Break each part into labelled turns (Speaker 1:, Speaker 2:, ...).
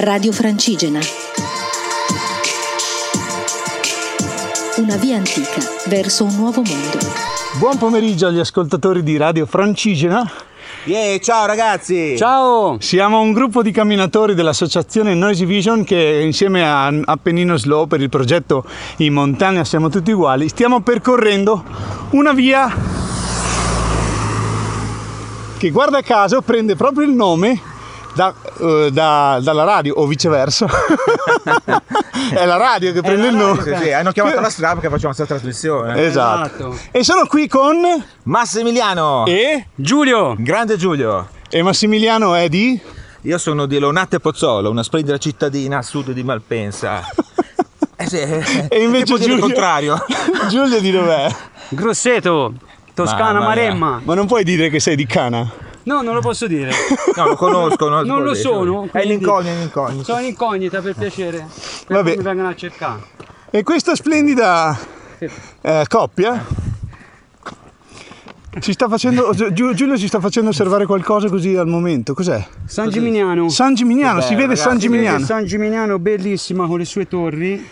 Speaker 1: Radio Francigena. Una via antica verso un nuovo mondo.
Speaker 2: Buon pomeriggio agli ascoltatori di Radio Francigena.
Speaker 3: Yeah, ciao ragazzi!
Speaker 2: Ciao! Siamo un gruppo di camminatori dell'associazione Noisy Vision che insieme a Appennino Slow per il progetto In montagna siamo tutti uguali stiamo percorrendo una via che guarda caso prende proprio il nome da- eh, da- dalla radio o viceversa. È la radio che prende il nome.
Speaker 3: Sì, sì, hanno chiamato la strada perché facciamo questa trasmissione.
Speaker 2: Esatto. E sono qui con
Speaker 3: Massimiliano!
Speaker 2: e
Speaker 4: Giulio,
Speaker 3: Grande Giulio!
Speaker 2: e Massimiliano è di
Speaker 3: Io sono di Leonate Pozzolo, una splendida cittadina a sud di Malpensa. Eh sì, eh,
Speaker 2: e
Speaker 3: che può
Speaker 2: invece
Speaker 3: dire
Speaker 2: Giulio
Speaker 3: il contrario.
Speaker 2: Giulio di dov'è?
Speaker 4: Grosseto,
Speaker 3: Mamma
Speaker 4: Toscana,
Speaker 3: mia.
Speaker 4: Maremma.
Speaker 2: Ma non puoi dire che sei di Cana.
Speaker 4: No, non lo posso dire.
Speaker 3: No, lo conosco.
Speaker 4: Non lo
Speaker 3: sì,
Speaker 4: sono,
Speaker 3: È
Speaker 4: quindi-
Speaker 3: l'incognito, è l'incognito.
Speaker 4: Sono incognita per piacere. Per
Speaker 2: Vabbè.
Speaker 4: cui Mi vengono a cercare.
Speaker 2: E questa splendida eh, coppia ci sta facendo Gi- Gi- Giulio ci sta facendo osservare qualcosa così al momento. Cos'è?
Speaker 4: San Gimignano.
Speaker 2: San Gimignano, si vede San Gimignano.
Speaker 4: San Gimignano bellissima con le sue torri.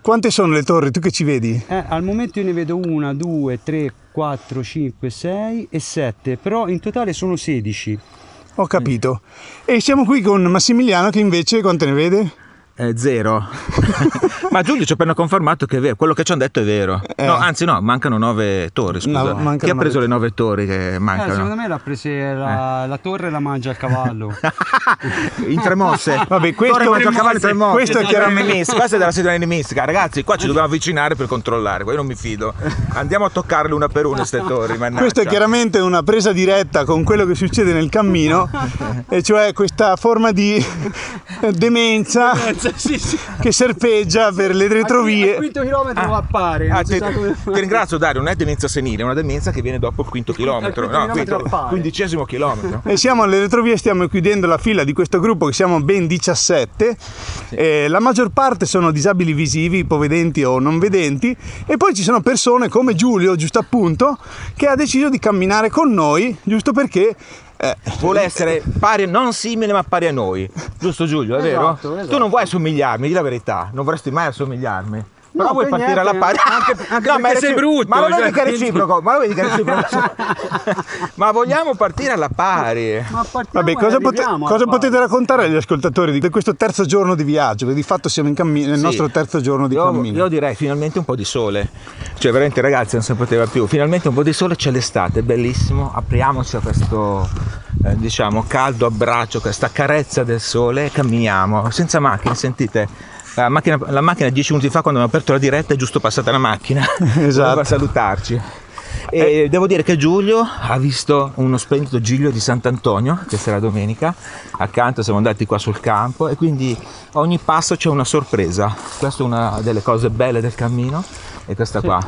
Speaker 2: Quante sono le torri? Tu che ci vedi?
Speaker 4: Eh, al momento io ne vedo una, due, tre, quattro, cinque, sei e sette. Però in totale sono Eh, 16.
Speaker 2: Ho capito. E siamo qui con Massimiliano che invece quante ne vede?
Speaker 3: Eh, zero. Ma Giulio ci ha appena confermato che è vero, quello che ci hanno detto è vero. No, anzi no, mancano nove torri, scusa.
Speaker 2: No, mancano
Speaker 3: Chi ha
Speaker 2: nove
Speaker 3: preso le nove torri che
Speaker 4: Eh, secondo
Speaker 3: mancano? Eh.
Speaker 4: me l'ha presa la, la torre e la mangia il cavallo.
Speaker 3: In tre mosse.
Speaker 2: Vabbè, questo-
Speaker 3: Torre Maggio Cavallo, tre mosse.
Speaker 2: questo è
Speaker 3: Torre
Speaker 2: chiaramente-
Speaker 3: Nemisca. Questa è della situazione enigmistica. Ragazzi, qua ci dobbiamo avvicinare per controllare. Qua io non mi fido. Andiamo a toccarle una per una, queste torri. mannaggia.
Speaker 2: Questa è chiaramente una presa diretta con quello che succede nel cammino, e cioè questa forma di demenza
Speaker 4: sì, sì.
Speaker 2: che serpeggia per le
Speaker 4: Al
Speaker 2: retrovie.
Speaker 4: quinto chilometro appare.
Speaker 3: Ah,
Speaker 4: non si
Speaker 3: ti,
Speaker 4: sa come-
Speaker 3: ti ringrazio Dario, non è demenza senile, è una demenza che viene dopo il quinto chilometro,
Speaker 4: quinto
Speaker 3: no,
Speaker 4: chilometro
Speaker 3: quinto-
Speaker 4: appare.
Speaker 3: quindicesimo chilometro.
Speaker 2: E siamo alle retrovie, stiamo chiudendo la fila di questo gruppo che siamo ben 17. Eh, la maggior parte sono disabili visivi, ipovedenti o non vedenti. E poi ci sono persone come Giulio, giusto appunto, che ha deciso di camminare con noi, giusto perché eh,
Speaker 3: Vuole essere pari, non simile ma pari a noi, giusto Giulio, è
Speaker 4: Esatto,
Speaker 3: vero?
Speaker 4: esatto.
Speaker 3: Tu non vuoi assomigliarmi, di la verità, non vorresti mai assomigliarmi. Però
Speaker 4: No,
Speaker 3: vuoi
Speaker 4: per
Speaker 3: partire
Speaker 4: niente,
Speaker 3: alla pari.
Speaker 4: anche- anche
Speaker 3: ma è
Speaker 4: perché sei
Speaker 3: recipro-
Speaker 4: brutto,
Speaker 3: Ma lo vedi
Speaker 4: cioè,
Speaker 3: che è
Speaker 4: quindi-
Speaker 3: reciproco, ma lo vedi che è reciproco. ma vogliamo partire alla pari.
Speaker 4: Ma partiamo
Speaker 2: Vabbè,
Speaker 4: e
Speaker 2: cosa, pote-
Speaker 4: arriviamo alla
Speaker 2: cosa
Speaker 4: pari.
Speaker 2: potete raccontare agli ascoltatori di questo terzo giorno di viaggio? Perché di fatto siamo in cammi- nel nostro terzo giorno di
Speaker 3: io,
Speaker 2: cammino.
Speaker 3: io direi finalmente un po' di sole. Cioè, veramente, ragazzi, non si poteva più. Finalmente un po' di sole c'è l'estate, è bellissimo. Apriamoci a questo eh, diciamo caldo abbraccio, questa carezza del sole e camminiamo senza macchine, sentite. La macchina, la macchina dieci minuti fa quando abbiamo aperto la diretta è giusto passata la macchina
Speaker 2: Esatto.
Speaker 3: per salutarci. E
Speaker 4: Eh.
Speaker 3: devo dire che Giulio ha visto uno splendido giglio di Sant'Antonio, che sarà domenica, accanto siamo andati qua sul campo e quindi a ogni passo c'è una sorpresa. Questa è una delle cose belle del cammino e questa qua.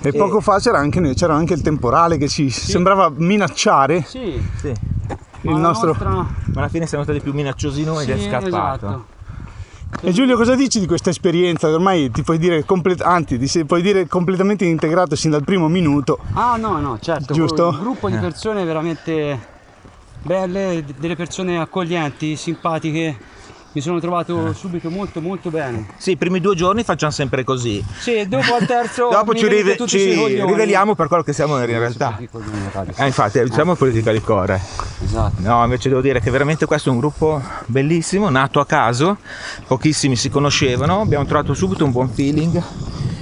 Speaker 2: E poco
Speaker 4: eh.
Speaker 2: fa c'era anche, c'era anche il temporale che ci sembrava minacciare
Speaker 4: Sì,
Speaker 3: Sì.
Speaker 4: ma
Speaker 2: il
Speaker 4: la
Speaker 2: nostro.
Speaker 4: nostra-
Speaker 3: Ma alla fine siamo stati più minacciosi noi ed è
Speaker 4: sì,
Speaker 3: scappato.
Speaker 4: esatto.
Speaker 2: E Giulio, cosa dici di questa esperienza? Ormai ti puoi dire, comple- anzi, ti sei- puoi dire completamente integrato sin dal primo minuto.
Speaker 4: Ah no, no, certo.
Speaker 2: Giusto?
Speaker 4: Un gruppo
Speaker 3: Eh.
Speaker 4: di persone veramente belle, d- delle persone accoglienti, simpatiche. Mi sono
Speaker 3: Eh.
Speaker 4: trovato subito molto molto bene.
Speaker 3: Sì, i primi due giorni facciamo sempre così.
Speaker 4: Sì, dopo al terzo
Speaker 3: Dopo
Speaker 4: mi
Speaker 3: ci,
Speaker 4: venite
Speaker 3: rive-
Speaker 4: tutti
Speaker 3: ci
Speaker 4: sui coglioni.
Speaker 3: riveliamo per quello che siamo in realtà.
Speaker 4: Tutti sui coglioni, ragazzi.
Speaker 3: Eh, infatti, siamo politica di cuore.
Speaker 4: Esatto.
Speaker 3: No, invece devo dire che veramente questo è un gruppo bellissimo, nato a caso, pochissimi si conoscevano, abbiamo trovato subito un buon feeling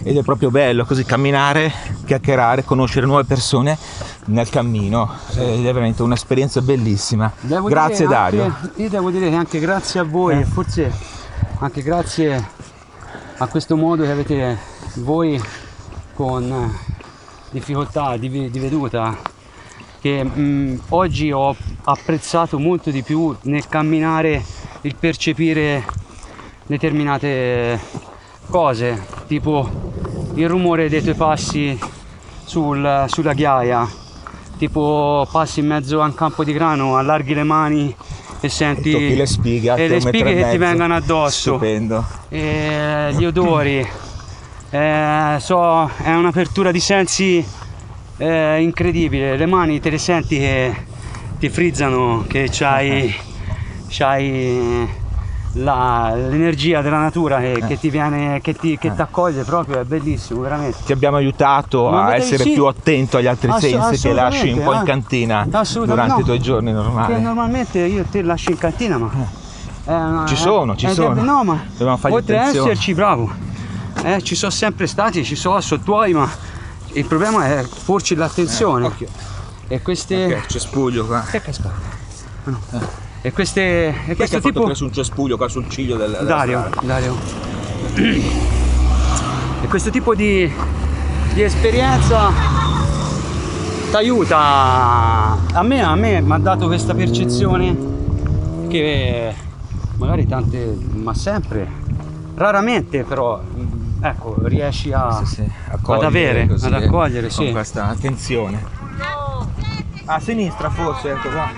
Speaker 3: ed è proprio bello così camminare, chiacchierare, conoscere nuove persone nel cammino ed è veramente un'esperienza bellissima.
Speaker 4: Devo
Speaker 3: Grazie
Speaker 4: dire anche-
Speaker 3: Dario. Eh.
Speaker 4: io devo dire che anche grazie a voi, e forse anche grazie a questo modo che avete voi con eh, difficoltà di, ve- di veduta che mm, oggi ho apprezzato molto di più nel camminare, il percepire determinate eh, cose, tipo il rumore dei tuoi passi sul- sulla ghiaia, tipo passi in mezzo a un campo di grano, allarghi le mani e senti
Speaker 3: Tocchi le spighe, a
Speaker 4: e
Speaker 3: te
Speaker 4: le
Speaker 3: un metro
Speaker 4: spighe
Speaker 3: e
Speaker 4: che ti
Speaker 3: mezzo.
Speaker 4: vengano addosso
Speaker 3: Stupendo.
Speaker 4: eh, gli odori. Eh, so, è un'apertura di sensi eh, incredibile. Le mani te le senti che ti frizzano, che c'hai, c'hai la- l'energia della natura che, che ti viene, che ti che accoglie proprio, è bellissimo, veramente.
Speaker 3: Ti abbiamo aiutato
Speaker 4: Ma
Speaker 3: a
Speaker 4: vedrai,
Speaker 3: essere
Speaker 4: sì.
Speaker 3: più attento agli altri
Speaker 4: Ass-
Speaker 3: sensi che lasci un po' in
Speaker 4: assolutamente,
Speaker 3: cantina
Speaker 4: eh. Assolutamente,
Speaker 3: durante
Speaker 4: no.
Speaker 3: i tuoi giorni normali. Eh.
Speaker 4: Che normalmente io te lascio in cantina, ma. eh, è una-
Speaker 3: Ci
Speaker 4: è-
Speaker 3: sono, ci
Speaker 4: è-
Speaker 3: sono.
Speaker 4: No, ma
Speaker 3: Dobbiamo fargli
Speaker 4: oltre a
Speaker 3: attenzione.
Speaker 4: esserci, bravo. eh, ci sono sempre stati, ci sono, sono tuoi, ma il problema è porci l'attenzione.
Speaker 3: Eh, occhio.
Speaker 4: E queste.
Speaker 3: Ok, Ah. cespuglio qua.
Speaker 4: Che cascata? E queste. E questo
Speaker 3: Questo tipo...
Speaker 4: tipo.
Speaker 3: preso un cespuglio qua sul ciglio del della
Speaker 4: Dario,
Speaker 3: strada?
Speaker 4: Dario. E questo tipo di, di esperienza ti aiuta. A me, a me mi ha dato questa percezione che magari tante, ma sempre, raramente però, mh, ecco, riesci a...
Speaker 3: Sì, sì, accogliere
Speaker 4: avere,
Speaker 3: così,
Speaker 4: ad accogliere,
Speaker 3: con
Speaker 4: sì.
Speaker 3: questa attenzione. A sinistra forse, ecco qua.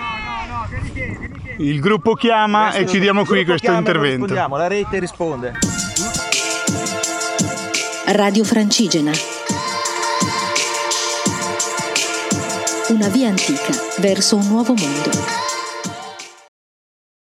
Speaker 2: Il gruppo chiama Ah, e
Speaker 3: Adesso
Speaker 2: ci diamo qui
Speaker 3: gruppo
Speaker 2: questo
Speaker 3: chiama e noi
Speaker 2: intervento.
Speaker 3: rispondiamo, La rete risponde.
Speaker 1: Radio Francigena. Una via antica verso un nuovo mondo.